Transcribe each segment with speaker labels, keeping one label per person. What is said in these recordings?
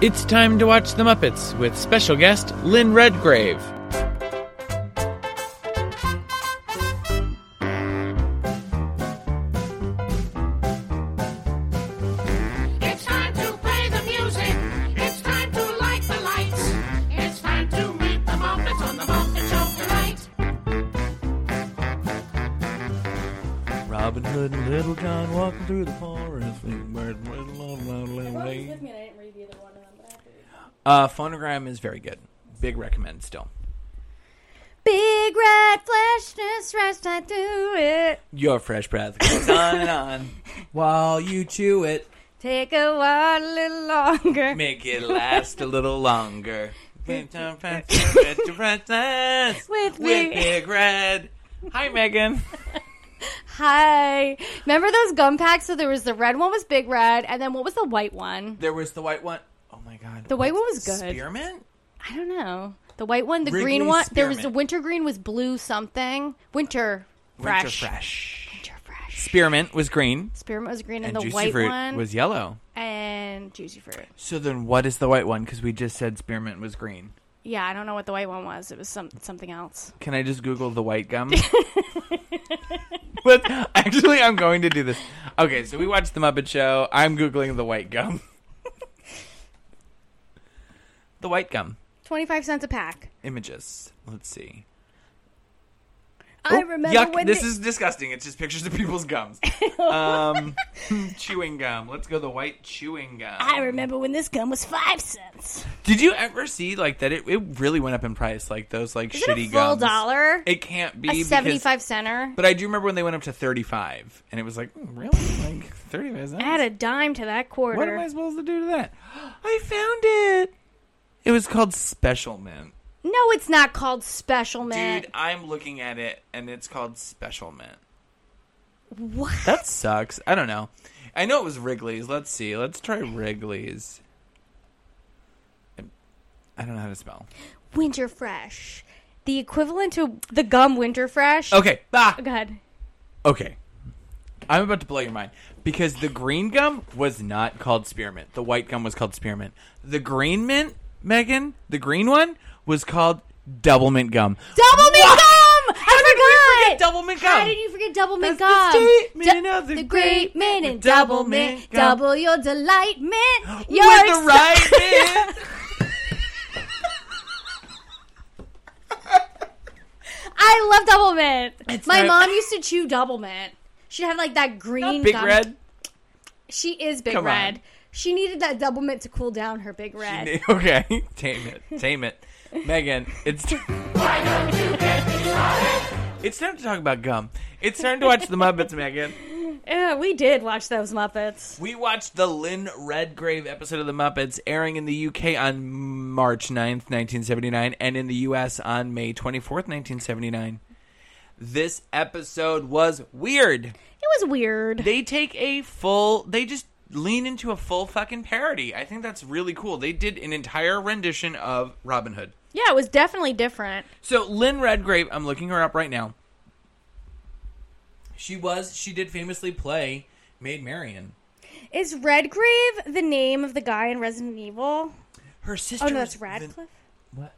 Speaker 1: It's time to watch The Muppets with special guest Lynn Redgrave.
Speaker 2: It's time to play the music. It's time to light the lights. It's time to meet the Muppets on the Muppet Show tonight.
Speaker 3: Robin Hood and Little John walking through the forest. Bird, bird, la, la, la,
Speaker 4: Well, he's with
Speaker 3: la.
Speaker 4: me and I didn't read the other one of them, but I have to read it.
Speaker 3: Uh, Phonogram is very good. Big recommend still.
Speaker 5: Big red flashness rushed right through it.
Speaker 3: Your fresh breath goes on and on while you chew it.
Speaker 5: Take a while, a little longer.
Speaker 3: Make it last a little longer. With big
Speaker 5: With me.
Speaker 3: red. Hi, Megan.
Speaker 5: Hi. Remember those gum packs? So there was the red one was Big Red, and then what was the white one?
Speaker 3: There was the white one. Oh my god.
Speaker 5: The white one was good.
Speaker 3: Spearmint?
Speaker 5: I don't know. The white one, the
Speaker 3: Wrigley's
Speaker 5: green one. There was the
Speaker 3: Spearmint.
Speaker 5: winter green was blue something. Winter fresh.
Speaker 3: Winter fresh.
Speaker 5: Winter fresh.
Speaker 3: Spearmint was green.
Speaker 5: Spearmint was green,
Speaker 3: And,
Speaker 5: and, the
Speaker 3: juicy
Speaker 5: white
Speaker 3: fruit
Speaker 5: one
Speaker 3: was yellow.
Speaker 5: and juicy fruit.
Speaker 3: So then what is the white one? Because we just said spearmint was green.
Speaker 5: Yeah, I don't know what the white one was. It was some something else.
Speaker 3: Can I just Google the white gum? But actually, I'm going to do this. Okay, so we watched the Muppet Show. I'm googling the white gum. the white gum
Speaker 5: Twenty five cents a pack.
Speaker 3: images. Let's see.
Speaker 5: I
Speaker 3: Oh,
Speaker 5: remember
Speaker 3: yuck,
Speaker 5: when
Speaker 3: this
Speaker 5: they-
Speaker 3: is disgusting. It's just pictures of people's gums. um, chewing gum. Let's go the white chewing gum.
Speaker 5: I remember when this gum was five cents.
Speaker 3: Did you ever see like that? It, it really went up in price. Like those like
Speaker 5: Is it
Speaker 3: shitty
Speaker 5: a full
Speaker 3: gums.
Speaker 5: dollar?
Speaker 3: It can't be
Speaker 5: a
Speaker 3: because-
Speaker 5: seventy-five center.
Speaker 3: But I do remember when they went up to 35, and it was like, "Mm, really? Like 35 cents?
Speaker 5: Add a dime to that quarter.
Speaker 3: What am I supposed to do to that? I found it. It was called Special Mint.
Speaker 5: no, it's not called special mint.
Speaker 3: Dude, I'm looking at it, and it's called Special Mint.
Speaker 5: What?
Speaker 3: That sucks. I don't know. I know it was Wrigley's. Let's see. Let's try Wrigley's. I don't know how to spell.
Speaker 5: Winter Fresh, the equivalent to the gum Winter Fresh. Oh,
Speaker 3: Okay. Ah!
Speaker 5: Go ahead.
Speaker 3: Okay. I'm about to blow your mind because the green gum was not called spearmint. The white gum was called spearmint. The green mint, Megan, the green one was called double mint gum.
Speaker 5: Double mint
Speaker 3: What?
Speaker 5: gum. I forgot.
Speaker 3: Double mint gum.
Speaker 5: How did you forget double mint
Speaker 3: That's
Speaker 5: gum?
Speaker 3: the statement of the great
Speaker 5: great mint
Speaker 3: with
Speaker 5: and
Speaker 3: double
Speaker 5: double mint.
Speaker 3: mint gum.
Speaker 5: Double your delight mint. You're
Speaker 3: With the right mint.
Speaker 5: I love double mint. My
Speaker 3: not-
Speaker 5: mom used to chew double mint. She'd have like that green
Speaker 3: Big
Speaker 5: gum.
Speaker 3: red.
Speaker 5: She is big
Speaker 3: Come on.
Speaker 5: red. She needed that double mint to cool down her big red.
Speaker 3: Okay. Tame it. Tame it. Megan, it's It's time to talk about gum. It's time to watch the Muppets, Megan.
Speaker 5: yeah, we did watch those Muppets.
Speaker 3: We watched the Lynn Redgrave episode of The Muppets airing in the UK on March 9th, 1979, and in the US on May 24th, 1979. This episode was weird.
Speaker 5: It was weird.
Speaker 3: They take a full, they just lean into a full fucking parody. I think that's really cool. They did an entire rendition of Robin Hood.
Speaker 5: yeah, it was definitely different.
Speaker 3: So Lynn Redgrave, I'm looking her up right now. She was, she did famously play Maid Marian.
Speaker 5: Is Redgrave the name of the guy in Resident Evil?
Speaker 3: Her sister.
Speaker 5: Oh no, that's
Speaker 3: was
Speaker 5: Radcliffe.
Speaker 3: The, what?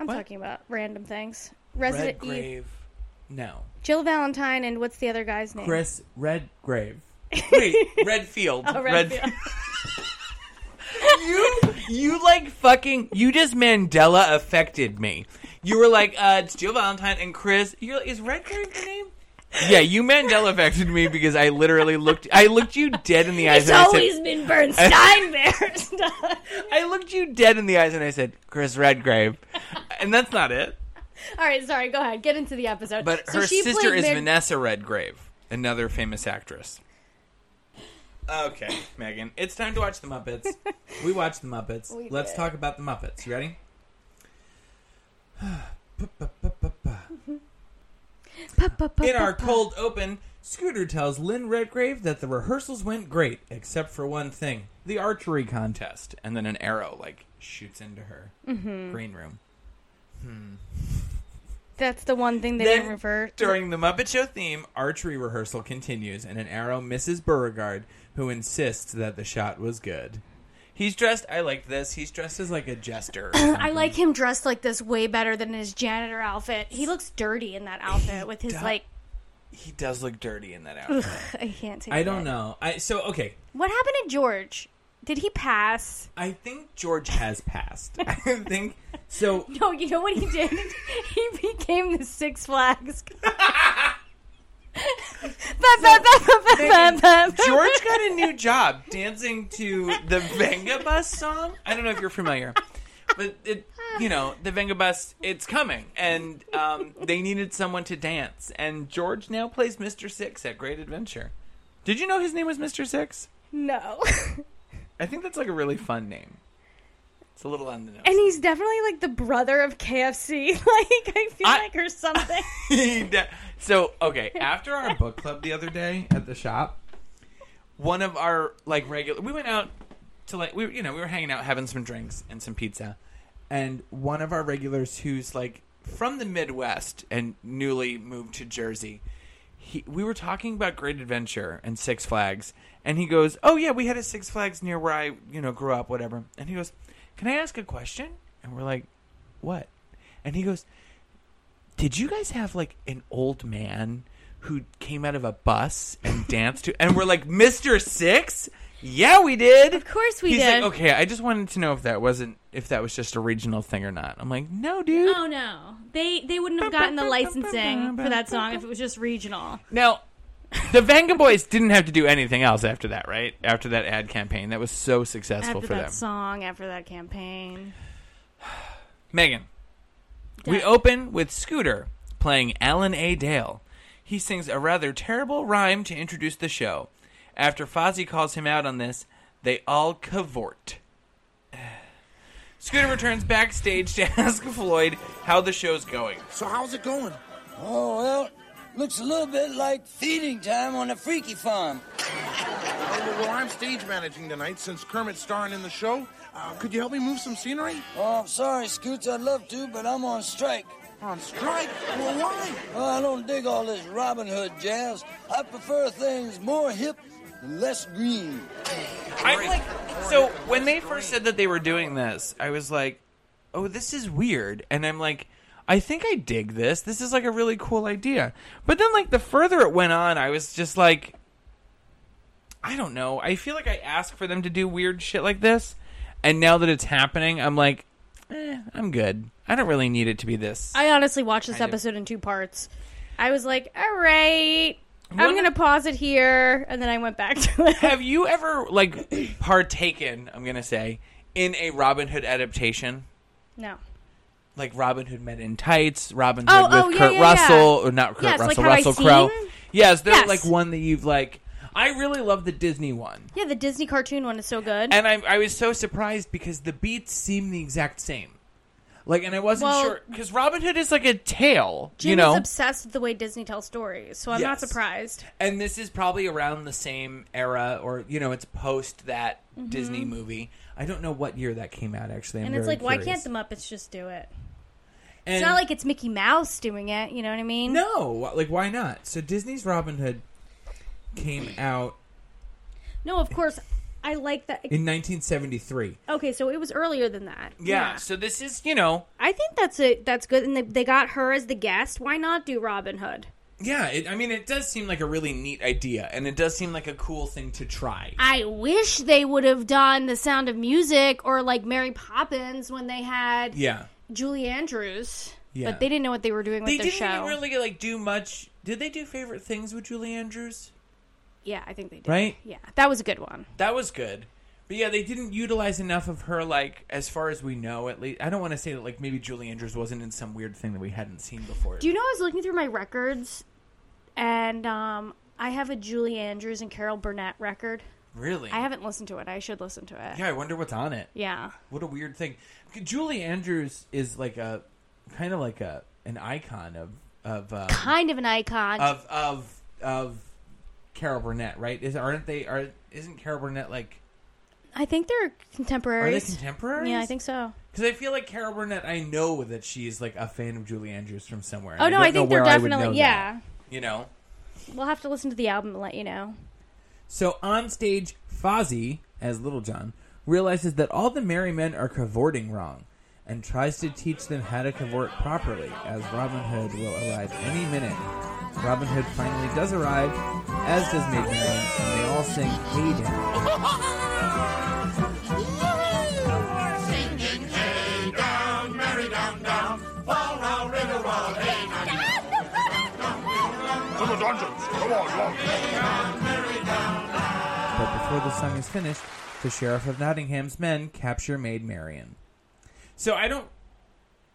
Speaker 5: I'm
Speaker 3: What?
Speaker 5: talking about random things. Resident Evil.
Speaker 3: Redgrave. No.
Speaker 5: Jill Valentine and what's the other guy's name?
Speaker 3: Chris Redgrave. Wait, Redfield.
Speaker 5: Oh, Redfield.
Speaker 3: you you like fucking you just Mandela affected me. You were like, uh, it's Jill Valentine and Chris. You're like, is Redgrave the name? Yeah, you Mandela affected me because I literally looked I looked you dead in the eyes
Speaker 5: it's
Speaker 3: and I said,
Speaker 5: always been Bernstein Bears.
Speaker 3: I looked you dead in the eyes and I said, Chris Redgrave. and that's not it.
Speaker 5: All right, sorry. Go ahead. Get into the episode.
Speaker 3: But
Speaker 5: So
Speaker 3: her
Speaker 5: she
Speaker 3: sister
Speaker 5: played
Speaker 3: is
Speaker 5: Mid-
Speaker 3: Vanessa Redgrave, another famous actress. Okay, Megan, it's time to watch the Muppets. we watched the Muppets.
Speaker 5: We
Speaker 3: Let's
Speaker 5: did.
Speaker 3: talk about the Muppets. You ready?
Speaker 5: Pa- pa- pa-
Speaker 3: In our
Speaker 5: pa- pa.
Speaker 3: cold open, Scooter tells Lynn Redgrave that the rehearsals went great, except for one thing the archery contest. And then an arrow, like, shoots into her
Speaker 5: Mm-hmm.
Speaker 3: green room.
Speaker 5: That's the one thing they didn't revert.
Speaker 3: During the Muppet Show theme, archery rehearsal continues, and an arrow misses Beauregard, who insists that the shot was good. He's dressed. I like this. He's dressed as like a jester.
Speaker 5: I like him dressed like this way better than his janitor outfit. He looks dirty in that outfit with his
Speaker 3: does.
Speaker 5: like.
Speaker 3: he does look dirty in that outfit.
Speaker 5: I can't take.
Speaker 3: I
Speaker 5: it.
Speaker 3: don't know. I so okay.
Speaker 5: What happened to George? Did he pass?
Speaker 3: I think George has passed. I think so.
Speaker 5: No, you know what he did? he became the Six Flags. guy. Bam, bam, bam, bam, bam, bam, bam.
Speaker 3: George got a new job dancing to the Venga Bus song. I don't know if you're familiar, but it, you know the Venga Bus. It's coming, and um, they needed someone to dance. And George now plays Mr. Six at Great Adventure. Did you know his name was Mr. Six?
Speaker 5: No,
Speaker 3: I think that's like a really fun name. It's a little on the nose.
Speaker 5: and he's definitely like the brother of KFC. Like I feel
Speaker 3: I-
Speaker 5: like or something.
Speaker 3: He de- so okay after our book club the other day at the shop one of our like regular we went out to like we were- you know we were hanging out having some drinks and some pizza and one of our regulars who's like from the midwest and newly moved to jersey he, we were talking about great adventure and six flags and he goes oh yeah we had a six flags near where i you know grew up whatever and he goes can i ask a question and we're like what and he goes did you guys have like an old man who came out of a bus and danced to and we're like mr six yeah we did
Speaker 5: Of course we
Speaker 3: He's
Speaker 5: did.
Speaker 3: like, okay i just wanted to know if that wasn't if that was just a regional thing or not i'm like no dude
Speaker 5: Oh no, they they wouldn't have gotten the licensing for that song if it was just regional.
Speaker 3: now the vanga boys didn't have to do anything else after that right after that ad campaign that was so successful
Speaker 5: After
Speaker 3: for
Speaker 5: that
Speaker 3: them
Speaker 5: song, after that campaign,
Speaker 3: megan we open with scooter playing alan a dale he sings a rather terrible rhyme to introduce the show after fozzie calls him out on this they all cavort Scooter returns backstage to ask Floyd how the show's going.
Speaker 6: So how's it going? Oh, well, looks a little bit like feeding time on the Freaky Farm.
Speaker 7: Well, I'm stage managing tonight since Kermit's starring in the show. Uh, could you help me move some scenery?
Speaker 6: Oh, I'm sorry, Scoots, I'd love to, but I'm on strike.
Speaker 7: On strike? Well, why?
Speaker 6: Oh, I don't dig all this Robin Hood jazz. I prefer things more hip and less green.
Speaker 3: I'm like, so when they first said that they were doing this, I was like, oh, this is weird. And I'm like, I think I dig this. This is like a really cool idea. But then, like, the further it went on, I was just like, I don't know. I feel like I ask for them to do weird shit like this. And now that it's happening, I'm like, eh, I'm good. I don't really need it to be this.
Speaker 5: I honestly watched this
Speaker 3: Kind of.
Speaker 5: episode in two parts. I was like, all right, I'm
Speaker 3: One-
Speaker 5: gonna pause it here, and then I went back to it.
Speaker 3: Have you ever, like, partaken, I'm going to say, in a Robin Hood adaptation?
Speaker 5: No.
Speaker 3: like Robin Hood Men in Tights, Robin
Speaker 5: Oh,
Speaker 3: Hood
Speaker 5: oh,
Speaker 3: with
Speaker 5: yeah,
Speaker 3: Kurt
Speaker 5: yeah,
Speaker 3: Russell,
Speaker 5: yeah.
Speaker 3: or not Kurt
Speaker 5: Yes, like
Speaker 3: Russell,
Speaker 5: Have I
Speaker 3: Russell Crowe.
Speaker 5: Seen?
Speaker 3: Yes, there's
Speaker 5: Yes.
Speaker 3: like one that you've like. I really love the Disney one,
Speaker 5: Yeah, the Disney cartoon one is so good.
Speaker 3: and I, I was so surprised because the beats seem the exact same. Like, and I wasn't
Speaker 5: Well-
Speaker 3: sure because Robin Hood is like a tale,
Speaker 5: Jim
Speaker 3: you know,
Speaker 5: is obsessed with the way Disney tells stories, so I'm not
Speaker 3: Yes.
Speaker 5: surprised.
Speaker 3: and this is probably around the same era, or you know, it's post that Disney movie. I don't know what year that came out actually. I'm
Speaker 5: Mm-hmm. And it's
Speaker 3: very
Speaker 5: like, why
Speaker 3: curious.
Speaker 5: can't the Muppets just do it?
Speaker 3: And-
Speaker 5: It's not like it's Mickey Mouse doing it. You know what I mean?
Speaker 3: no, like why not? So Disney's Robin Hood came out
Speaker 5: No, of course. I like that.
Speaker 3: in 1973.
Speaker 5: Okay, so it was earlier than that.
Speaker 3: Yeah, So this is, you know,
Speaker 5: I think that's it. That's good, and they, they got her as the guest. Why not do Robin Hood?
Speaker 3: yeah. It, I mean, it does seem like a really neat idea, and it does seem like a cool thing to try.
Speaker 5: I wish they would have done The Sound of Music or like Mary Poppins when they had
Speaker 3: yeah,
Speaker 5: Julie Andrews,
Speaker 3: Yeah.
Speaker 5: but they didn't know what they were doing with
Speaker 3: they
Speaker 5: their
Speaker 3: didn't
Speaker 5: show.
Speaker 3: even really like do much. Did they do favorite things with Julie Andrews?
Speaker 5: yeah, I think they did.
Speaker 3: Right?
Speaker 5: Yeah, that was a good one.
Speaker 3: That was good. But yeah, they didn't utilize enough of her, like as far as we know, at least. I don't want to say that like maybe Julie Andrews wasn't in some weird thing that we hadn't seen before.
Speaker 5: Do you know I was looking through my records, and um, I have a Julie Andrews and Carol Burnett record.
Speaker 3: really?
Speaker 5: I haven't listened to it. I should listen to it.
Speaker 3: yeah, I wonder what's on it.
Speaker 5: Yeah.
Speaker 3: What a weird thing. Julie Andrews is like a kind of like a an icon of of uh,
Speaker 5: kind of an icon.
Speaker 3: of of of Carol Burnett, right? Is aren't they are isn't Carol Burnett like
Speaker 5: I think they're
Speaker 3: are they
Speaker 5: contemporaries.
Speaker 3: contemporaries?
Speaker 5: Yeah, I think so.
Speaker 3: because I feel like Carol Burnett. I know that she's like a fan of Julie Andrews from somewhere. and
Speaker 5: Oh no,
Speaker 3: don't
Speaker 5: I think
Speaker 3: know
Speaker 5: they're
Speaker 3: where I would
Speaker 5: definitely
Speaker 3: know that,
Speaker 5: yeah.
Speaker 3: you know.
Speaker 5: We'll have to listen to the album and let you know.
Speaker 3: So on stage, Fozzie as Little John realizes that all the merry men are cavorting wrong and tries to teach them how to cavort properly, as Robin Hood will arrive any minute. Robin Hood finally does arrive, as does Maid Marian, and they all sing Hey Down.
Speaker 7: To the dungeons. Come on, along.
Speaker 3: But before the song is finished, the Sheriff of Nottingham's men capture Maid Marian. So I don't.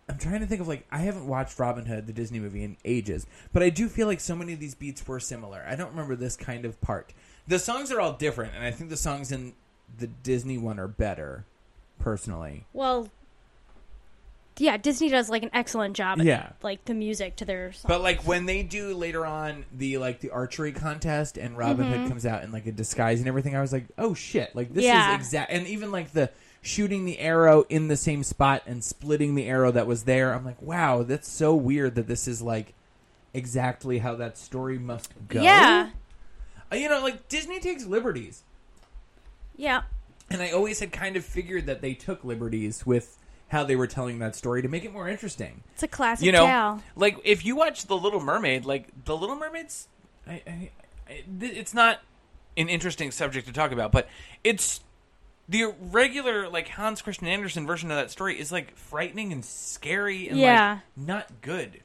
Speaker 3: I'm trying to think of like I haven't watched Robin Hood, the Disney movie, in ages, but I do feel like so many of these beats were similar. I don't remember this kind of part. The songs are all different, and I think the songs in the Disney one are better, personally.
Speaker 5: Well, yeah, Disney does like an excellent job at
Speaker 3: Yeah.
Speaker 5: like the music to their songs.
Speaker 3: But like when they do later on the like the archery contest and Robin
Speaker 5: Mm-hmm.
Speaker 3: Hood comes out in like a disguise and everything, I was like, oh shit! Like this
Speaker 5: Yeah.
Speaker 3: is exact. And even like the shooting the arrow in the same spot and splitting the arrow that was there, I'm like, wow, that's so weird that this is like exactly how that story must go.
Speaker 5: yeah,
Speaker 3: Uh, you know, like Disney takes liberties,
Speaker 5: yeah,
Speaker 3: and I always had kind of figured that they took liberties with how they were telling that story to make it more interesting.
Speaker 5: it's a classic
Speaker 8: you know,
Speaker 5: tale.
Speaker 8: like if you watch The Little Mermaid, like The Little Mermaid's, I, I, I, th- it's not an interesting subject to talk about, but it's the regular like Hans Christian Andersen version of that story is like frightening and scary and
Speaker 5: Yeah.
Speaker 8: like not good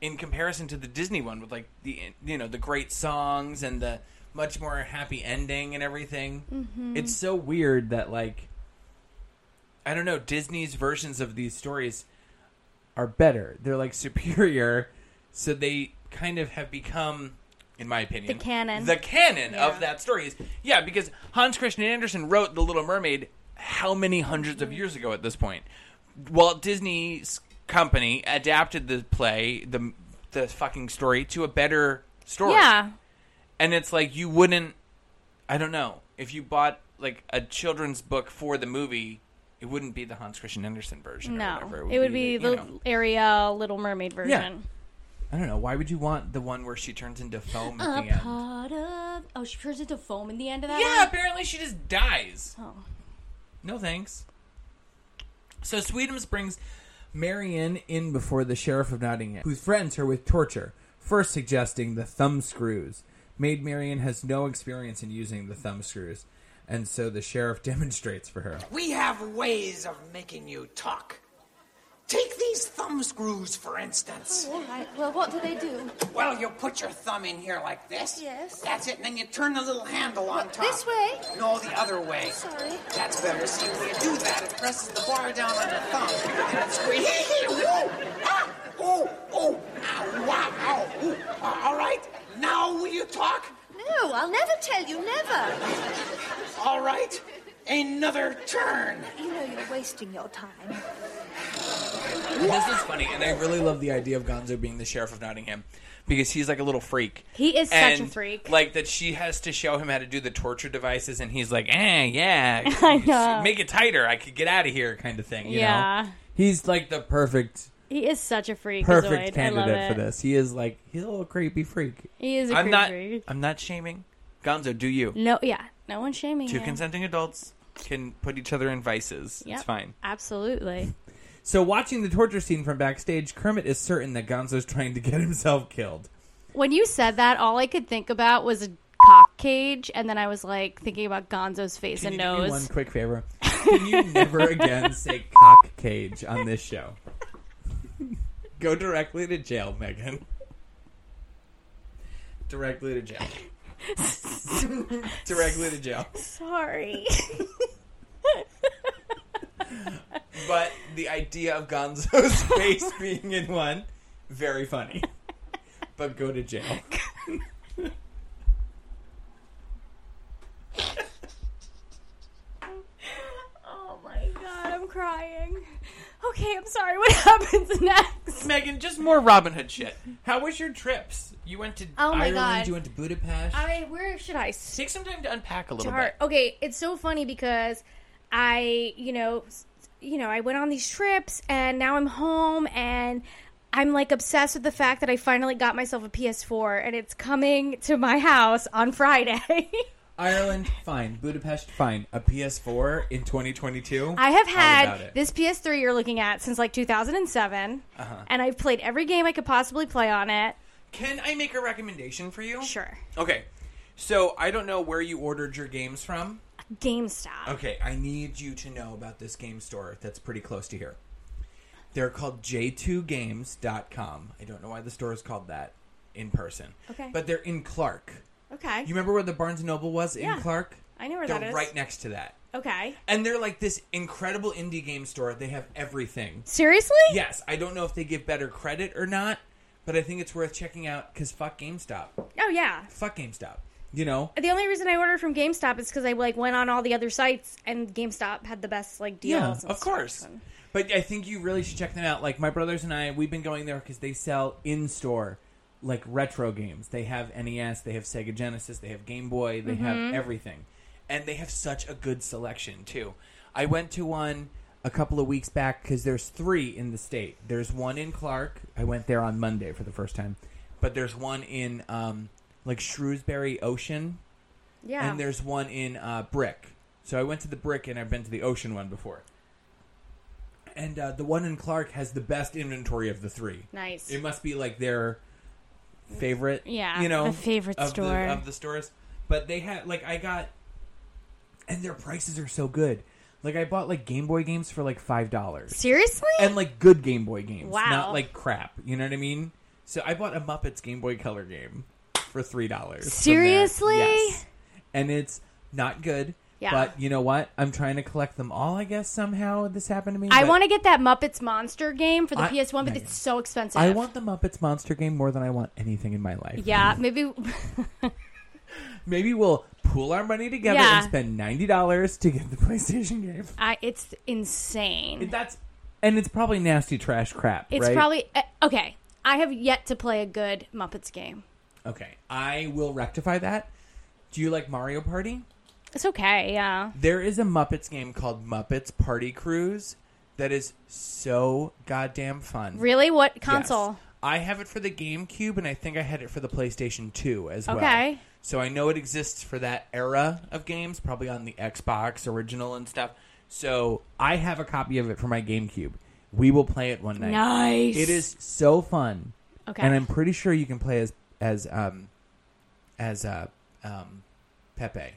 Speaker 8: in comparison to the Disney one with like the you know the great songs and the much more happy ending and everything.
Speaker 5: Mm-hmm.
Speaker 3: It's so weird that like I don't know, Disney's versions of these stories are better. They're like superior, so they kind of have become in my opinion
Speaker 5: The canon.
Speaker 3: The canon
Speaker 5: Yeah.
Speaker 3: of that story is yeah, because
Speaker 8: Hans Christian Andersen wrote The Little Mermaid how many hundreds of years ago at this point? Walt Disney's company adapted the play, the the fucking story to a better story.
Speaker 5: Yeah,
Speaker 8: And it's like you wouldn't I don't know, if you bought like a children's book for the movie, it wouldn't be the Hans Christian Andersen version or
Speaker 5: no,
Speaker 8: whatever.
Speaker 5: it would be
Speaker 8: you
Speaker 5: the
Speaker 8: know.
Speaker 5: Ariel Little Mermaid version.
Speaker 3: I don't know, why would you want the one where she turns into foam at the
Speaker 5: A
Speaker 3: end?
Speaker 5: part of oh, she turns into foam in the end of that.
Speaker 8: Yeah,
Speaker 5: one?
Speaker 8: apparently she just dies.
Speaker 5: Oh.
Speaker 8: No thanks.
Speaker 3: So Sweetums brings Marion in before the Sheriff of Nottingham, who threatens her with torture, first suggesting the thumb screws. Maid Marion has no experience in using the thumb screws, and so the sheriff demonstrates for her.
Speaker 9: We have ways of making you talk. Take these thumb screws, for instance.
Speaker 10: All right. Well, what do they do?
Speaker 9: Well, you put your thumb in here like this.
Speaker 10: Yes.
Speaker 9: That's it, and then you turn the little handle on top.
Speaker 10: This way?
Speaker 9: No, the other way.
Speaker 10: Sorry.
Speaker 9: That's better. See, when you do that, it presses the bar down on your thumb. And it squeezes. Whoa! Ah! Oh! Oh! Ow! Wow! Ow! Ooh. Uh, all right. Now will you talk?
Speaker 10: No, I'll never tell you, never.
Speaker 9: All right. Another turn.
Speaker 10: You know you're wasting your time.
Speaker 8: This is funny, and I really love the idea of Gonzo being the sheriff of Nottingham because he's like a little freak.
Speaker 5: He is such a
Speaker 8: and,
Speaker 5: freak.
Speaker 8: Like that, she has to show him how to do the torture devices, and he's like, "Eh, yeah,
Speaker 5: I know.
Speaker 8: make it tighter. I could get out of here," kind of thing. You
Speaker 5: yeah.
Speaker 3: He's like the perfect,
Speaker 5: He is such a freak.
Speaker 3: perfect
Speaker 5: I love
Speaker 3: candidate
Speaker 5: it.
Speaker 3: for this. He is like he's a little creepy freak.
Speaker 5: He is a
Speaker 8: know, I'm
Speaker 5: creep
Speaker 8: not.
Speaker 5: freak. Mm-hmm.
Speaker 8: I'm not shaming Gonzo. Do you?
Speaker 5: No, yeah, no one's shaming
Speaker 8: Two
Speaker 5: him.
Speaker 8: consenting adults can put each other in vices.
Speaker 5: Yep.
Speaker 8: It's fine.
Speaker 5: Absolutely.
Speaker 3: So watching the torture scene from backstage, Kermit is certain that Gonzo's trying to get himself killed.
Speaker 5: When you said that, all I could think about was a cock cage, and then I was like thinking about Gonzo's face
Speaker 3: Can
Speaker 5: and
Speaker 3: you do me one
Speaker 5: nose.
Speaker 3: quick favor? Can you never again say cock cage on this show? Go directly to jail, Megan. Directly to jail. directly to jail.
Speaker 5: Sorry.
Speaker 3: But the idea of Gonzo's face being in one, very funny. But go to jail.
Speaker 5: oh my god, I'm crying. Okay, I'm sorry. What happens next?
Speaker 8: Megan, just more Robin Hood shit.
Speaker 3: How was your trips?
Speaker 8: You went to.
Speaker 5: Oh my
Speaker 3: Ireland,
Speaker 5: god.
Speaker 3: you went to Budapest.
Speaker 5: I where should I start?
Speaker 8: Take some time to unpack a little bit.
Speaker 5: Okay, it's so funny because I, you know, s- you know, I went on these trips and now I'm home and I'm like obsessed with the fact that I finally got myself a PS4 and it's coming to my house on Friday.
Speaker 3: Ireland, fine. Budapest, fine. A PS4 in 2022.
Speaker 5: I have
Speaker 3: about
Speaker 5: had
Speaker 3: it.
Speaker 5: this PS3 you're looking at since like 2007,
Speaker 3: Uh-huh.
Speaker 5: and I've played every game I could possibly play on it.
Speaker 8: Can I make a recommendation for you?
Speaker 5: Sure.
Speaker 8: Okay. So I don't know where you ordered your games from.
Speaker 5: GameStop.
Speaker 3: Okay, I need you to know about this game store that's pretty close to here. They're called J2Games.com. I don't know why the store is called that in person.
Speaker 5: Okay.
Speaker 3: But they're in Clark.
Speaker 5: Okay.
Speaker 3: You remember where the Barnes & Noble was
Speaker 5: Yeah.
Speaker 3: in Clark?
Speaker 5: I know where
Speaker 3: they're
Speaker 5: that is.
Speaker 3: right next to that.
Speaker 5: okay.
Speaker 3: And they're like this incredible indie game store. They have everything.
Speaker 5: Seriously?
Speaker 3: Yes, I don't know if they give better credit or not, but I think it's worth checking out because fuck GameStop.
Speaker 5: Oh yeah.
Speaker 3: Fuck GameStop. You know?
Speaker 5: The only reason I ordered from GameStop is because I like went on all the other sites and GameStop had the best like deals. and
Speaker 3: of
Speaker 5: stuff,
Speaker 3: course.
Speaker 5: so-
Speaker 3: But I think you really should check them out. Like my brothers and I, we've been going there because they sell in store like retro games. They have NES, they have Sega Genesis, they have Game Boy, they
Speaker 5: Mm-hmm.
Speaker 3: have everything, and they have such a good selection too. I went to one a couple of weeks back because there's three in the state. There's one in Clark. I went there on Monday for the first time, but there's one in um, like Shrewsbury Ocean,
Speaker 5: Yeah.
Speaker 3: and there's one in uh, Brick. So I went to the Brick, and I've been to the Ocean one before. And uh, the one in Clark has the best inventory of the three.
Speaker 5: Nice.
Speaker 3: It must be like their favorite.
Speaker 5: Yeah,
Speaker 3: you know,
Speaker 5: the favorite
Speaker 3: of
Speaker 5: store.
Speaker 3: the, of the stores. But they had like I got, and their prices are so good. Like I bought like Game Boy games for like five dollars
Speaker 5: Seriously?
Speaker 3: and like good Game Boy games,
Speaker 5: Wow.
Speaker 3: not like crap. You know what I mean? So I bought a Muppets Game Boy Color game for three dollars.
Speaker 5: Seriously?
Speaker 3: Yes. And it's not good.
Speaker 5: Yeah.
Speaker 3: But you know what? I'm trying to collect them all. I guess somehow this happened to me.
Speaker 5: I
Speaker 3: but
Speaker 5: want to get that Muppets Monster game for the
Speaker 3: I-
Speaker 5: PS1, but
Speaker 3: man.
Speaker 5: it's so expensive.
Speaker 3: I want the Muppets Monster game more than I want anything in my life.
Speaker 5: Yeah, maybe.
Speaker 3: Maybe we'll pool our money together
Speaker 5: Yeah.
Speaker 3: and spend ninety dollars to get the PlayStation game.
Speaker 5: I, it's insane.
Speaker 3: That's and it's probably nasty trash crap.
Speaker 5: It's
Speaker 3: right?
Speaker 5: probably uh, okay. I have yet to play a good Muppets game.
Speaker 3: okay. I will rectify that. Do you like Mario Party?
Speaker 5: It's okay, yeah.
Speaker 3: There is a Muppets game called Muppets Party Cruise that is so goddamn fun.
Speaker 5: Really, what
Speaker 3: Yes.
Speaker 5: console?
Speaker 3: I have it for the GameCube, and I think I had it for the PlayStation 2 as well.
Speaker 5: Okay.
Speaker 3: So I know it exists for that era of games, probably on the Xbox original and stuff. So I have a copy of it for my GameCube. We will play it one night.
Speaker 5: Nice.
Speaker 3: It is so fun.
Speaker 5: Okay.
Speaker 3: And I'm pretty sure you can play as as um as uh um Pepe.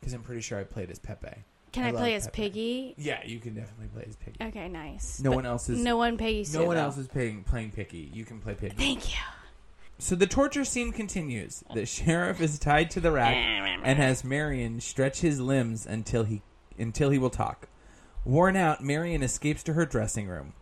Speaker 3: Because I'm pretty sure I played as Pepe.
Speaker 5: Can I,
Speaker 3: love
Speaker 5: play as
Speaker 3: Pepe.
Speaker 5: Piggy?
Speaker 3: Yeah, you can definitely play as Piggy.
Speaker 5: Okay, nice.
Speaker 3: No
Speaker 5: But
Speaker 3: one else is
Speaker 5: No one Piggy.
Speaker 3: no
Speaker 5: Sue,
Speaker 3: one
Speaker 5: though.
Speaker 3: else is playing playing Picky. You can play Piggy.
Speaker 5: Thank you.
Speaker 3: So the torture scene continues. The sheriff is tied to the rack and has Marion stretch his limbs until he until he will talk. Worn out, Marion escapes to her dressing room.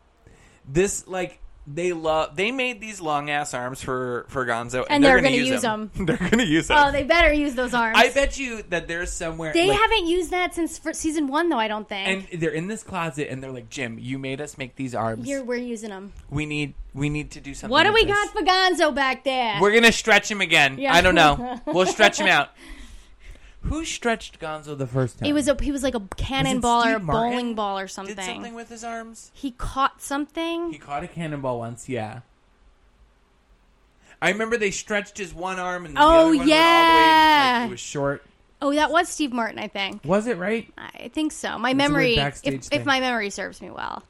Speaker 8: This like they love. They made these long ass arms for for Gonzo, and,
Speaker 5: And
Speaker 8: they're,
Speaker 5: they're
Speaker 8: gonna,
Speaker 5: gonna
Speaker 8: use
Speaker 5: use
Speaker 8: them. they're gonna use them.
Speaker 5: Oh, they better use those arms.
Speaker 3: I bet you that there's somewhere
Speaker 5: they
Speaker 3: like-
Speaker 5: haven't used that since for season one, though. I don't think.
Speaker 3: and they're in this closet and they're like, "Jim, you made us make these arms.
Speaker 5: You're, we're using them.
Speaker 3: we need we need to do something."
Speaker 5: What do
Speaker 3: with
Speaker 5: we got
Speaker 3: this."
Speaker 5: for Gonzo back there?
Speaker 8: We're gonna stretch him again.
Speaker 5: Yeah.
Speaker 8: I don't know. We'll stretch him out.
Speaker 3: Who stretched Gonzo the first time?
Speaker 5: it was a he was like a cannonball or
Speaker 3: Steve
Speaker 5: a
Speaker 3: Martin?
Speaker 5: bowling ball or something.
Speaker 8: Did something with his arms?
Speaker 5: He caught something.
Speaker 3: he caught a cannonball once. Yeah,
Speaker 8: I remember they stretched his one arm and the
Speaker 5: Oh,
Speaker 8: other one went all the way.
Speaker 5: yeah.
Speaker 3: it was short.
Speaker 5: oh, that was Steve Martin, I think.
Speaker 3: Was it right?
Speaker 5: I think so. My
Speaker 3: a weird
Speaker 5: memory, if,
Speaker 3: backstage
Speaker 5: if
Speaker 3: thing.
Speaker 5: my memory serves me well.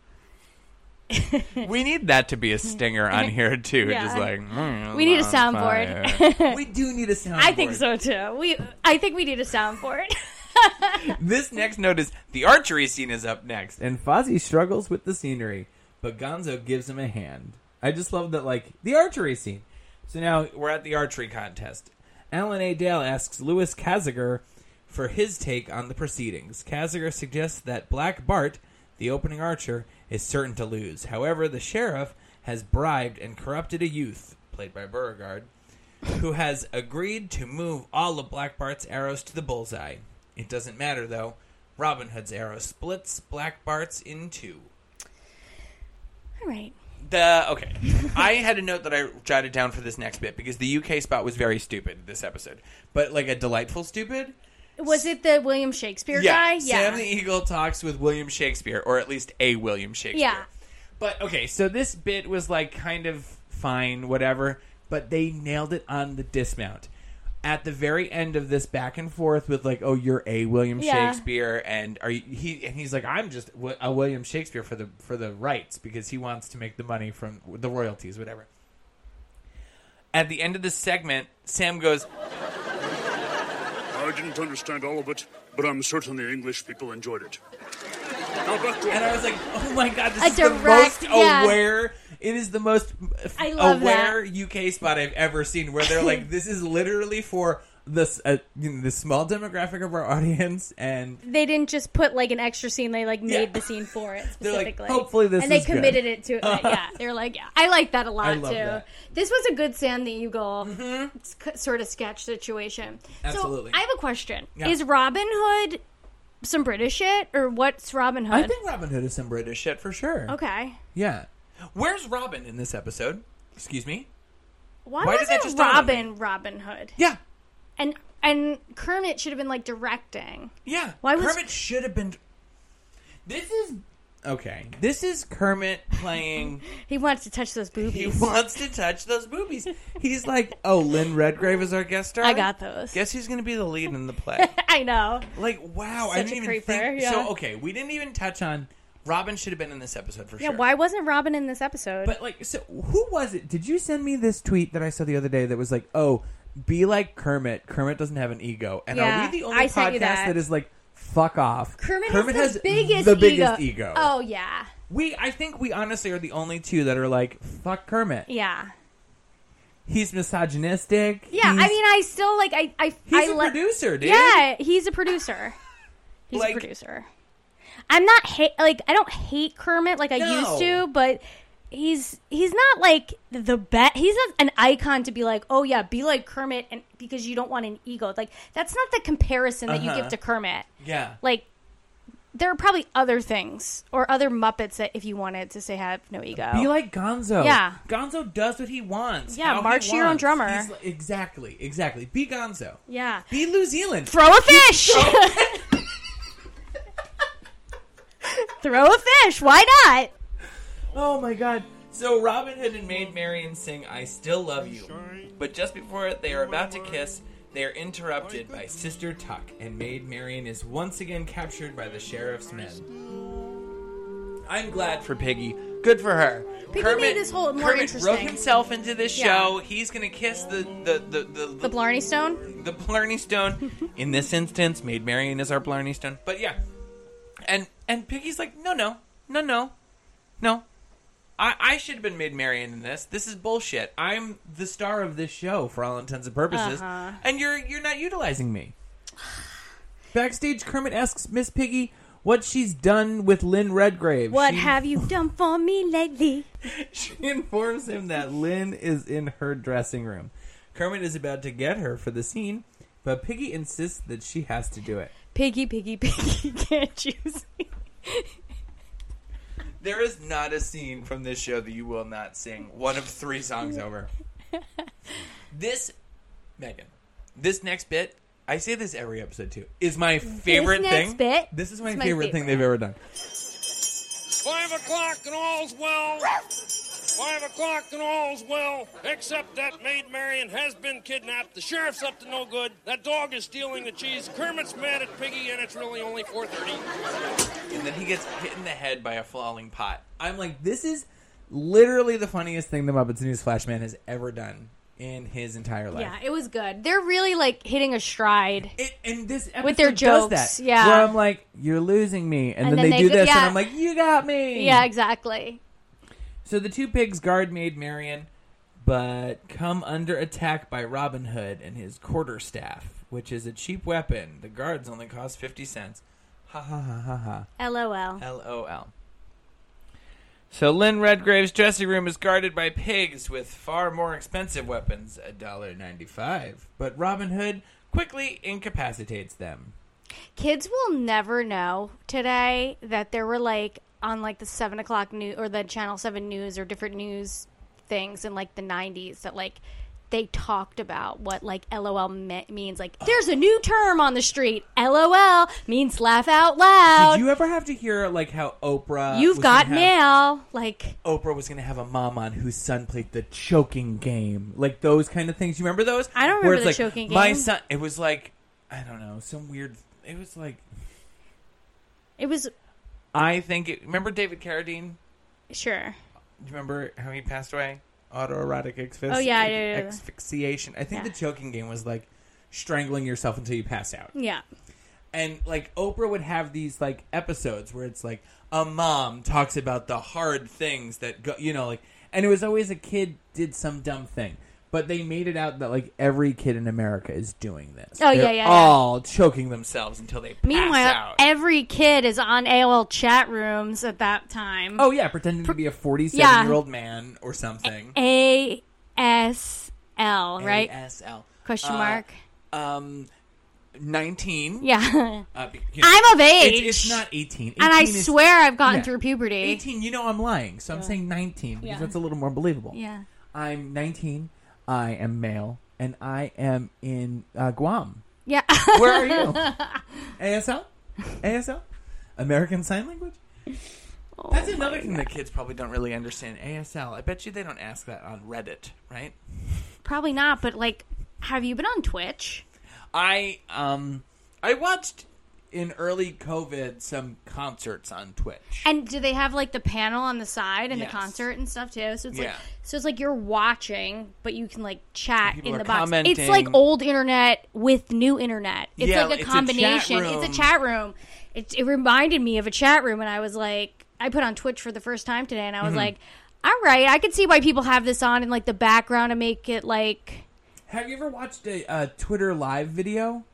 Speaker 8: We need that to be a stinger on here too.
Speaker 5: Yeah.
Speaker 8: Just like mm,
Speaker 5: We need a
Speaker 8: it's on
Speaker 5: soundboard.
Speaker 8: fire.
Speaker 3: we do need a sound.
Speaker 5: I think so too. We, I think we need a soundboard.
Speaker 8: this next note is the archery scene is up next.
Speaker 3: and Fozzie struggles with the scenery, but Gonzo gives him a hand. I just love that, like, the archery scene. So now
Speaker 8: We're at the archery contest.
Speaker 3: Alan A. Dale asks Louis Kaziger for his take on the proceedings. Kaziger suggests that Black Bart, the opening archer, is certain to lose. However, the sheriff has bribed and corrupted a youth, played by Beauregard, who has agreed to move all of Black Bart's arrows to the bullseye. It doesn't matter, though. Robin Hood's arrow splits Black Bart's in two.
Speaker 5: All right.
Speaker 8: The okay, I had a note that I jotted down for this next bit because the UK spot was very stupid this episode, but like a delightful stupid.
Speaker 5: Was it the William Shakespeare guy?
Speaker 8: Sam the Eagle talks with William Shakespeare, or at least a William Shakespeare.
Speaker 5: Yeah.
Speaker 8: But okay, so
Speaker 3: So this bit was like kind of fine, whatever, but they nailed it on the dismount. at the very end of this back and forth with like, oh, you're a William
Speaker 5: Yeah.
Speaker 3: Shakespeare, and are you, he? And he's like, I'm just wi- a William Shakespeare for the for the rights because he wants to make the money from the royalties, whatever. At the end of this segment, Sam goes,
Speaker 11: I didn't understand all of it, but I'm certain the English people enjoyed it. Now back to
Speaker 3: and I was like, oh my god, this
Speaker 5: A
Speaker 3: is
Speaker 5: direct-
Speaker 3: the most
Speaker 5: yeah.
Speaker 3: aware. It is the most
Speaker 5: I love
Speaker 3: aware UK spot I've ever seen, where they're like, this is literally for this uh, you know, the small demographic of our audience, and
Speaker 5: They didn't just put like an extra scene; they like made
Speaker 3: Yeah.
Speaker 5: the scene for it
Speaker 3: They're like,
Speaker 5: specifically.
Speaker 3: "Hopefully this
Speaker 5: and they
Speaker 3: is good."
Speaker 5: committed it to it. yeah, they're like, yeah. I like that a lot
Speaker 3: I love
Speaker 5: too.
Speaker 3: that. Mm-hmm.
Speaker 5: This was a good Sam the Eagle s- c- sort of sketch situation.
Speaker 3: Absolutely.
Speaker 5: So I have a question:
Speaker 3: Yeah.
Speaker 5: Is Robin Hood some British shit, or what's Robin Hood?
Speaker 3: I think Robin Hood is some British shit for sure.
Speaker 5: okay.
Speaker 3: Yeah. Where's Robin in this episode? Excuse me.
Speaker 5: Why,
Speaker 3: Why did that
Speaker 5: wasn't
Speaker 3: just dawn on me?
Speaker 5: Robin Robin Hood?
Speaker 3: Yeah.
Speaker 5: And and Kermit should have been like directing.
Speaker 3: Yeah.
Speaker 5: Why was-
Speaker 3: Kermit should have been? This is okay. This is Kermit playing.
Speaker 5: He wants to touch those
Speaker 3: he
Speaker 5: boobies.
Speaker 3: wants to touch those boobies. He's like, oh, Lynn Redgrave is our guest star.
Speaker 5: I got those.
Speaker 3: Guess who's going to be the lead in the play?
Speaker 5: I know.
Speaker 3: like, wow, I
Speaker 5: Such
Speaker 3: didn't
Speaker 5: a
Speaker 3: even
Speaker 5: creeper,
Speaker 3: think.
Speaker 5: yeah.
Speaker 3: So okay, we didn't even touch on. Robin should have been in this episode for
Speaker 5: Yeah,
Speaker 3: sure.
Speaker 5: why wasn't Robin in this episode?
Speaker 3: But like, so who was it? Did you send me this tweet that I saw the other day that was like, "Oh, be like Kermit. Kermit doesn't have an ego." And are
Speaker 5: Yeah,
Speaker 3: we the only
Speaker 5: I
Speaker 3: podcast
Speaker 5: sent you that.
Speaker 3: that is like, "Fuck off"?
Speaker 5: Kermit, has the biggest
Speaker 3: the biggest ego.
Speaker 5: Oh yeah,
Speaker 3: We, I think we honestly are the only two that are like, "Fuck Kermit."
Speaker 5: yeah,
Speaker 3: He's misogynistic.
Speaker 5: yeah.
Speaker 3: He's-
Speaker 5: I mean, I still like I I I
Speaker 3: he's a
Speaker 5: like-
Speaker 3: producer, dude.
Speaker 5: Yeah, he's a producer. He's
Speaker 3: Like-
Speaker 5: a producer. I'm not hate like I don't hate Kermit like I
Speaker 3: No.
Speaker 5: used to, but he's he's not like the bet. He's not an icon to be like, oh yeah, be like Kermit, and because you don't want an ego. Like that's not the comparison that you
Speaker 3: Uh-huh.
Speaker 5: give to Kermit.
Speaker 3: yeah.
Speaker 5: Like there are probably other things or other Muppets that if you wanted to say have no ego.
Speaker 3: Be like Gonzo.
Speaker 5: Yeah.
Speaker 3: Gonzo does what he wants.
Speaker 5: Yeah,
Speaker 3: how he
Speaker 5: march to your own
Speaker 3: wants.
Speaker 5: drummer.
Speaker 3: He's like- exactly, exactly. Be Gonzo.
Speaker 5: yeah.
Speaker 3: Be New Zealand.
Speaker 5: Throw a fish. Throw a fish. Why not?
Speaker 3: Oh my god. So Robin Hood and Maid Marian sing I Still Love You. But just before they are about to kiss, they are interrupted by Sister Tuck, and Maid Marian is once again captured by the sheriff's men. I'm glad for Piggy. Good for her.
Speaker 5: Piggy made this whole more
Speaker 3: Kermit wrote
Speaker 5: interesting.
Speaker 3: himself into this
Speaker 5: Yeah.
Speaker 3: show. He's gonna kiss the the the the,
Speaker 5: The Blarney Stone?
Speaker 3: the Blarney Stone. In this instance, Maid Marian is our Blarney Stone. But yeah, and and Piggy's like, no, no, no, no, no. I, I should have been Maid Marian in this. This is bullshit. I'm the star of this show for all intents and purposes,
Speaker 5: Uh-huh.
Speaker 3: and you're you're not utilizing me. Backstage, Kermit asks Miss Piggy what she's done with Lynn Redgrave.
Speaker 5: What
Speaker 3: She-
Speaker 5: have you done for me lately?
Speaker 3: she informs him that Lynn is in her dressing room. Kermit is about to get her for the scene, but Piggy insists that she has to do it.
Speaker 5: Piggy, piggy, piggy, can't you see?
Speaker 3: There is not a scene from this show that you will not sing one of three songs over. this, Megan, this next bit, I say this every episode too, is my favorite
Speaker 5: next
Speaker 3: thing.
Speaker 5: bit
Speaker 3: This is my,
Speaker 5: is my
Speaker 3: favorite, thing
Speaker 5: favorite.
Speaker 3: they've ever done.
Speaker 7: Five o'clock and all's well. Five o'clock and all's well. Except that maid Marion has been kidnapped. The sheriff's up to no good. That dog is stealing the cheese. Kermit's mad at Piggy, and it's really only 4:30.
Speaker 3: And then he gets hit in the head by a falling pot. I'm like, this is literally the funniest thing the Muppets News Flashman has ever done in his entire life.
Speaker 5: Yeah, it was good. They're really like hitting a stride.
Speaker 3: It, and this episode
Speaker 5: With their
Speaker 3: does
Speaker 5: jokes,
Speaker 3: that,
Speaker 5: yeah.
Speaker 3: Where I'm like, you're losing me, and,
Speaker 5: And
Speaker 3: then,
Speaker 5: then
Speaker 3: they,
Speaker 5: they
Speaker 3: do
Speaker 5: go-
Speaker 3: this,
Speaker 5: yeah.
Speaker 3: and I'm like, you got me.
Speaker 5: Yeah, exactly.
Speaker 3: So the two pigs guard Maid Marian, but come under attack by Robin Hood and his quarterstaff, which is a cheap weapon. The guards only cost 50 cents. Ha ha ha ha ha.
Speaker 5: LOL.
Speaker 3: LOL. So Lynn Redgrave's dressing room is guarded by pigs with far more expensive weapons, $1.95. But Robin Hood quickly incapacitates them.
Speaker 5: Kids will never know today that there were like on like the seven o'clock news or the Channel Seven news or different news things in like the '90s that like they talked about what like LOL me- means. Like, there's a new term on the street. LOL means laugh out loud.
Speaker 3: Did you ever have to hear like how Oprah?
Speaker 5: You've
Speaker 3: was
Speaker 5: got
Speaker 3: gonna have-
Speaker 5: mail. Like,
Speaker 3: Oprah was going to have a mom on whose son played the choking game, like those kind of things. You remember those?
Speaker 5: I don't
Speaker 3: Where
Speaker 5: remember
Speaker 3: it's
Speaker 5: the
Speaker 3: like,
Speaker 5: choking
Speaker 3: My
Speaker 5: game.
Speaker 3: son. It was like I don't know, some weird. It was like
Speaker 5: it was
Speaker 8: I think it. Remember David Carradine?
Speaker 5: sure.
Speaker 8: Do you remember how he passed away? Autoerotic asphyx-
Speaker 5: Oh, yeah, I do, I do, I do.
Speaker 8: asphyxiation. I think
Speaker 5: Yeah.
Speaker 8: the choking game was like strangling yourself until you pass out.
Speaker 5: Yeah.
Speaker 3: and like Oprah would have these like episodes where it's like a mom talks about the hard things that go, you know, like, and it was always a kid did some dumb thing, but they made it out that like every kid in America is doing this.
Speaker 5: Oh, yeah,
Speaker 3: They're
Speaker 5: yeah, yeah.
Speaker 3: all choking themselves until they pass
Speaker 5: Meanwhile,
Speaker 3: out.
Speaker 5: every kid is on AOL chat rooms at that time.
Speaker 3: oh yeah, pretending to be a
Speaker 5: yeah.
Speaker 3: forty-seven-year-old man or something.
Speaker 5: A S L, right?
Speaker 3: ASL
Speaker 5: Question
Speaker 3: Uh,
Speaker 5: mark.
Speaker 3: Um, nineteen.
Speaker 5: Yeah.
Speaker 3: Uh, be- you
Speaker 5: I'm of age.
Speaker 3: It's, it's not eighteen.
Speaker 5: and I
Speaker 3: 18 is-
Speaker 5: swear I've gotten
Speaker 3: yeah.
Speaker 5: through puberty.
Speaker 3: 18, you know I'm lying, so I'm saying 19 because
Speaker 5: Yeah.
Speaker 3: that's a little more believable.
Speaker 5: Yeah.
Speaker 3: I'm 19, I am male, and I am in uh, Guam.
Speaker 5: Yeah.
Speaker 3: Where are you? ASL? ASL? American Sign Language?
Speaker 5: Oh
Speaker 8: That's another thing that kids probably don't really understand. ASL. I bet you they don't ask that on Reddit, right?
Speaker 5: Probably not, but like, have you been on Twitch?
Speaker 3: I um I watched in early COVID some concerts on Twitch.
Speaker 5: And do they have like the panel on the side and
Speaker 3: Yes.
Speaker 5: the concert and stuff too? So it's like
Speaker 3: Yeah.
Speaker 5: so it's like you're watching, but you can like chat
Speaker 3: People
Speaker 5: in
Speaker 3: are
Speaker 5: the box. It's
Speaker 3: commenting.
Speaker 5: like old internet with new internet. It's
Speaker 3: Yeah,
Speaker 5: like a
Speaker 3: it's a chat
Speaker 5: combination.
Speaker 3: room.
Speaker 5: it's a chat room. It, it reminded me of a chat room, and I was like, I put on Twitch for the first time today, and I
Speaker 3: Mm-hmm.
Speaker 5: was like, all right, I can see why people have this on in like the background to make it like
Speaker 3: Have you ever watched a uh, Twitter live video?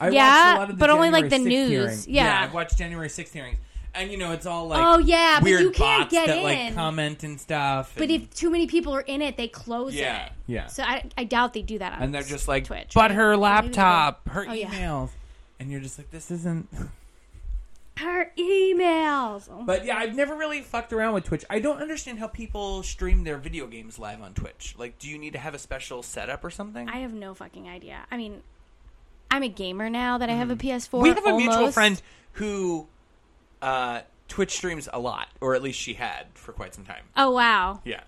Speaker 3: I
Speaker 5: Yeah, but only, like, the
Speaker 3: 6th
Speaker 5: news.
Speaker 3: hearings.
Speaker 5: Yeah.
Speaker 3: I've watched January 6th hearings. And you know, it's all like
Speaker 5: Oh, yeah, but
Speaker 3: weird
Speaker 5: you
Speaker 3: bots
Speaker 5: can't get
Speaker 3: that like
Speaker 5: in.
Speaker 3: comment and stuff.
Speaker 5: But
Speaker 3: and-
Speaker 5: if too many people are in it, they close
Speaker 3: Yeah,
Speaker 5: it.
Speaker 3: yeah.
Speaker 5: So I, I doubt they do that. On
Speaker 3: and they're just like,
Speaker 5: Twitch.
Speaker 3: but her
Speaker 5: maybe they
Speaker 3: laptop, her
Speaker 5: Oh, yeah.
Speaker 3: emails, and you're just like, this isn't.
Speaker 5: her emails. Oh,
Speaker 3: But yeah, I've never really fucked around with Twitch. I don't understand how people stream their video games live on Twitch. Like, do you need to have a special setup or something?
Speaker 5: I have no fucking idea. I mean, I'm a gamer now that I have a PS4.
Speaker 8: Mm. we have a mutual
Speaker 5: almost.
Speaker 8: friend who uh, Twitch streams a lot, or at least she had for quite some time.
Speaker 5: Oh wow.
Speaker 8: Yeah.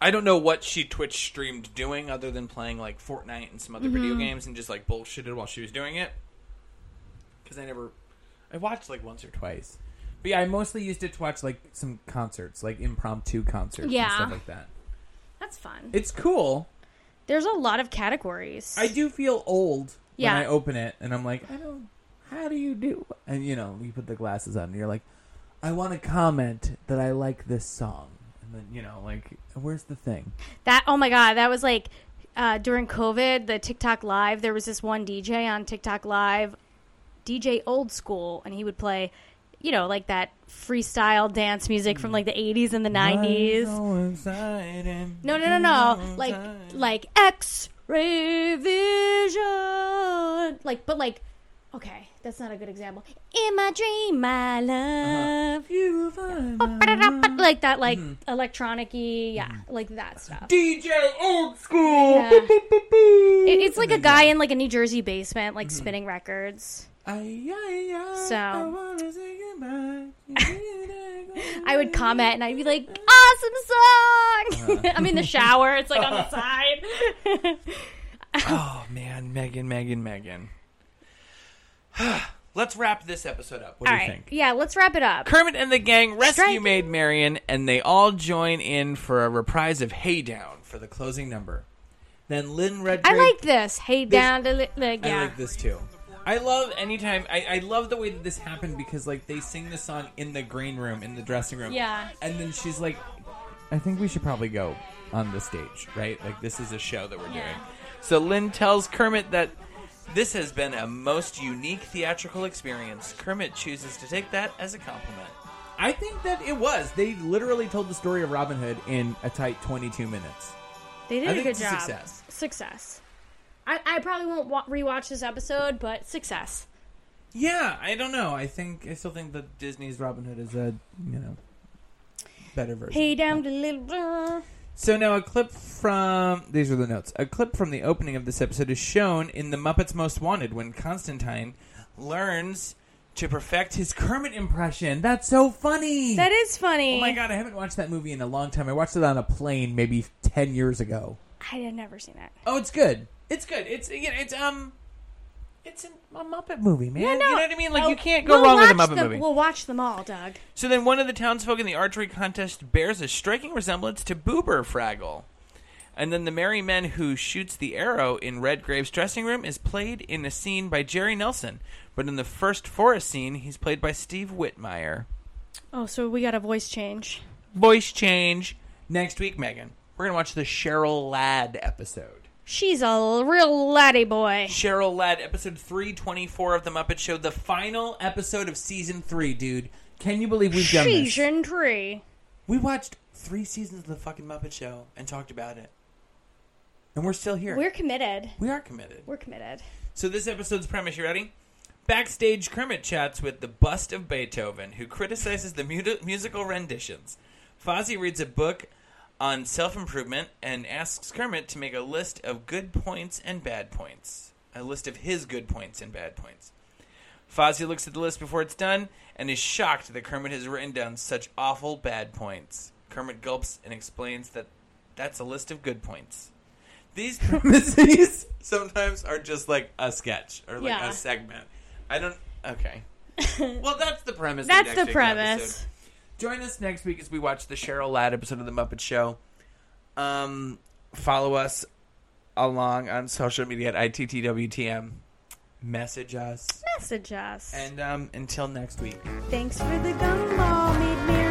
Speaker 8: I don't know what she Twitch streamed doing other than playing like Fortnite and some other
Speaker 5: Mm-hmm.
Speaker 8: video games and just like bullshitted while she was doing it. Because I never, I watched like once or twice.
Speaker 3: Twice. But yeah, I mostly used it to watch like some concerts, like impromptu concerts and
Speaker 5: Yeah.
Speaker 3: stuff like that.
Speaker 5: That's fun.
Speaker 3: It's cool.
Speaker 5: There's a lot of categories.
Speaker 3: I do feel old
Speaker 5: Yeah.
Speaker 3: when I open it, and I'm like, I don't. How do you do? And you know, you put the glasses on, and you're like, I want to comment that I like this song, and then you know, like, where's the thing?
Speaker 5: That oh my god, that was like uh, during COVID, the TikTok Live. There was this one DJ on TikTok Live, DJ old school, and he would play, you know, like that freestyle dance music
Speaker 8: Mm.
Speaker 5: from like the '80s and the '90s. No, no, no, no. Like, like X-ray vision. Like, but like, okay, that's not a good example. In my dream, I love you. Uh-huh. Like that, like electronic-y, yeah, like that stuff.
Speaker 3: DJ old school.
Speaker 5: Yeah.
Speaker 3: Boop, boop, boop, boop.
Speaker 5: It- it's like a guy in like a New Jersey basement, like spinning records.
Speaker 3: Ay, ay, ay,
Speaker 5: So-
Speaker 3: I wanna say goodbye.
Speaker 5: I would comment and I'd be like, "Awesome song!" I'm in the shower. It's like on the side.
Speaker 8: Oh man, Megan, Megan, Megan. Let's wrap this episode up. What
Speaker 5: All
Speaker 8: do you
Speaker 5: right,
Speaker 8: think?
Speaker 5: yeah, let's wrap it up.
Speaker 8: Kermit and the gang rescue
Speaker 5: Striking.
Speaker 8: Maid Marian, and they all join in for a reprise of "Hey Down" for the closing number. Then Lynn Redgrave.
Speaker 5: I like this. Hey, down to li- like,
Speaker 3: I
Speaker 5: yeah.
Speaker 3: like this too. I love anytime. I, I love the way that this happened because like they sing the song in the green room in the dressing room.
Speaker 5: Yeah.
Speaker 3: And then she's like, I think we should probably go on the stage, right? Like this is a show that we're doing.
Speaker 8: So Lynn tells Kermit that this has been a most unique theatrical experience. Kermit chooses to take that as a compliment.
Speaker 3: I think that it was. They literally told the story of Robin Hood in a tight 22 minutes.
Speaker 5: They did
Speaker 3: I
Speaker 5: a
Speaker 3: think
Speaker 5: good
Speaker 3: it's a
Speaker 5: job.
Speaker 3: success.
Speaker 5: Success. I, I probably won't wa- rewatch this episode, but success.
Speaker 3: Yeah, I don't know. I think I still think that Disney's Robin Hood is a you know better version.
Speaker 5: Hey, down to little. uh,
Speaker 12: So now a clip from these are the notes. A clip from the opening of this episode is shown in The Muppets Most Wanted when Constantine learns to perfect his Kermit impression. That's so funny.
Speaker 5: That is funny.
Speaker 12: Oh my god, I haven't watched that movie in a long time. I watched it on a plane maybe 10 years ago.
Speaker 5: I had never seen that.
Speaker 12: Oh, it's good. It's good. It's you know, it's um it's an, a Muppet movie, man.
Speaker 5: Yeah, no.
Speaker 12: You know what I mean? Like
Speaker 5: Oh,
Speaker 12: you can't go
Speaker 5: we'll
Speaker 12: wrong with a
Speaker 5: watch
Speaker 12: Muppet
Speaker 5: them-
Speaker 12: movie.
Speaker 5: We'll watch them all, Doug.
Speaker 3: So then, one of the townsfolk in the archery contest bears a striking resemblance to Boober Fraggle. And then the merry man who shoots the arrow in Redgrave's dressing room is played in a scene by Jerry Nelson. But in the first forest scene, he's played by Steve Whitmire.
Speaker 5: Oh, so we got a voice change.
Speaker 3: Voice change. Next week, Megan, we're going to watch the Cheryl Ladd episode.
Speaker 5: She's a real laddie boy.
Speaker 3: Cheryl Ladd, episode 324 of The Muppet Show, the final episode of season three, dude.
Speaker 12: Can you believe we've done this?
Speaker 5: She's in tree.
Speaker 12: We watched three
Speaker 3: seasons of The fucking Muppet Show and talked about it. And we're still here.
Speaker 5: We're committed.
Speaker 3: We are committed.
Speaker 5: We're committed.
Speaker 3: So this episode's premise, you ready? Backstage Kermit chats with the bust of Beethoven, who criticizes the mu- musical renditions. Fozzie reads a book on self-improvement and asks Kermit to make a list of good points and bad points. A list of his good points and bad points. Fozzie looks at the list before it's done and is shocked that Kermit has written down such awful bad points. Kermit gulps and explains that that's a list of good points. These premises sometimes are just like a sketch or like
Speaker 5: Yeah.
Speaker 3: a segment. I don't. Okay. well, that's the premise. of
Speaker 5: That's
Speaker 3: next
Speaker 5: the
Speaker 3: week's
Speaker 5: premise.
Speaker 3: episode. Join us next week as we watch the Cheryl Ladd episode of The Muppet Show. Um, follow us along on social media at ITTWTM. Message us.
Speaker 5: Message us.
Speaker 3: And um, until next week.
Speaker 5: Thanks for the gumball. Made me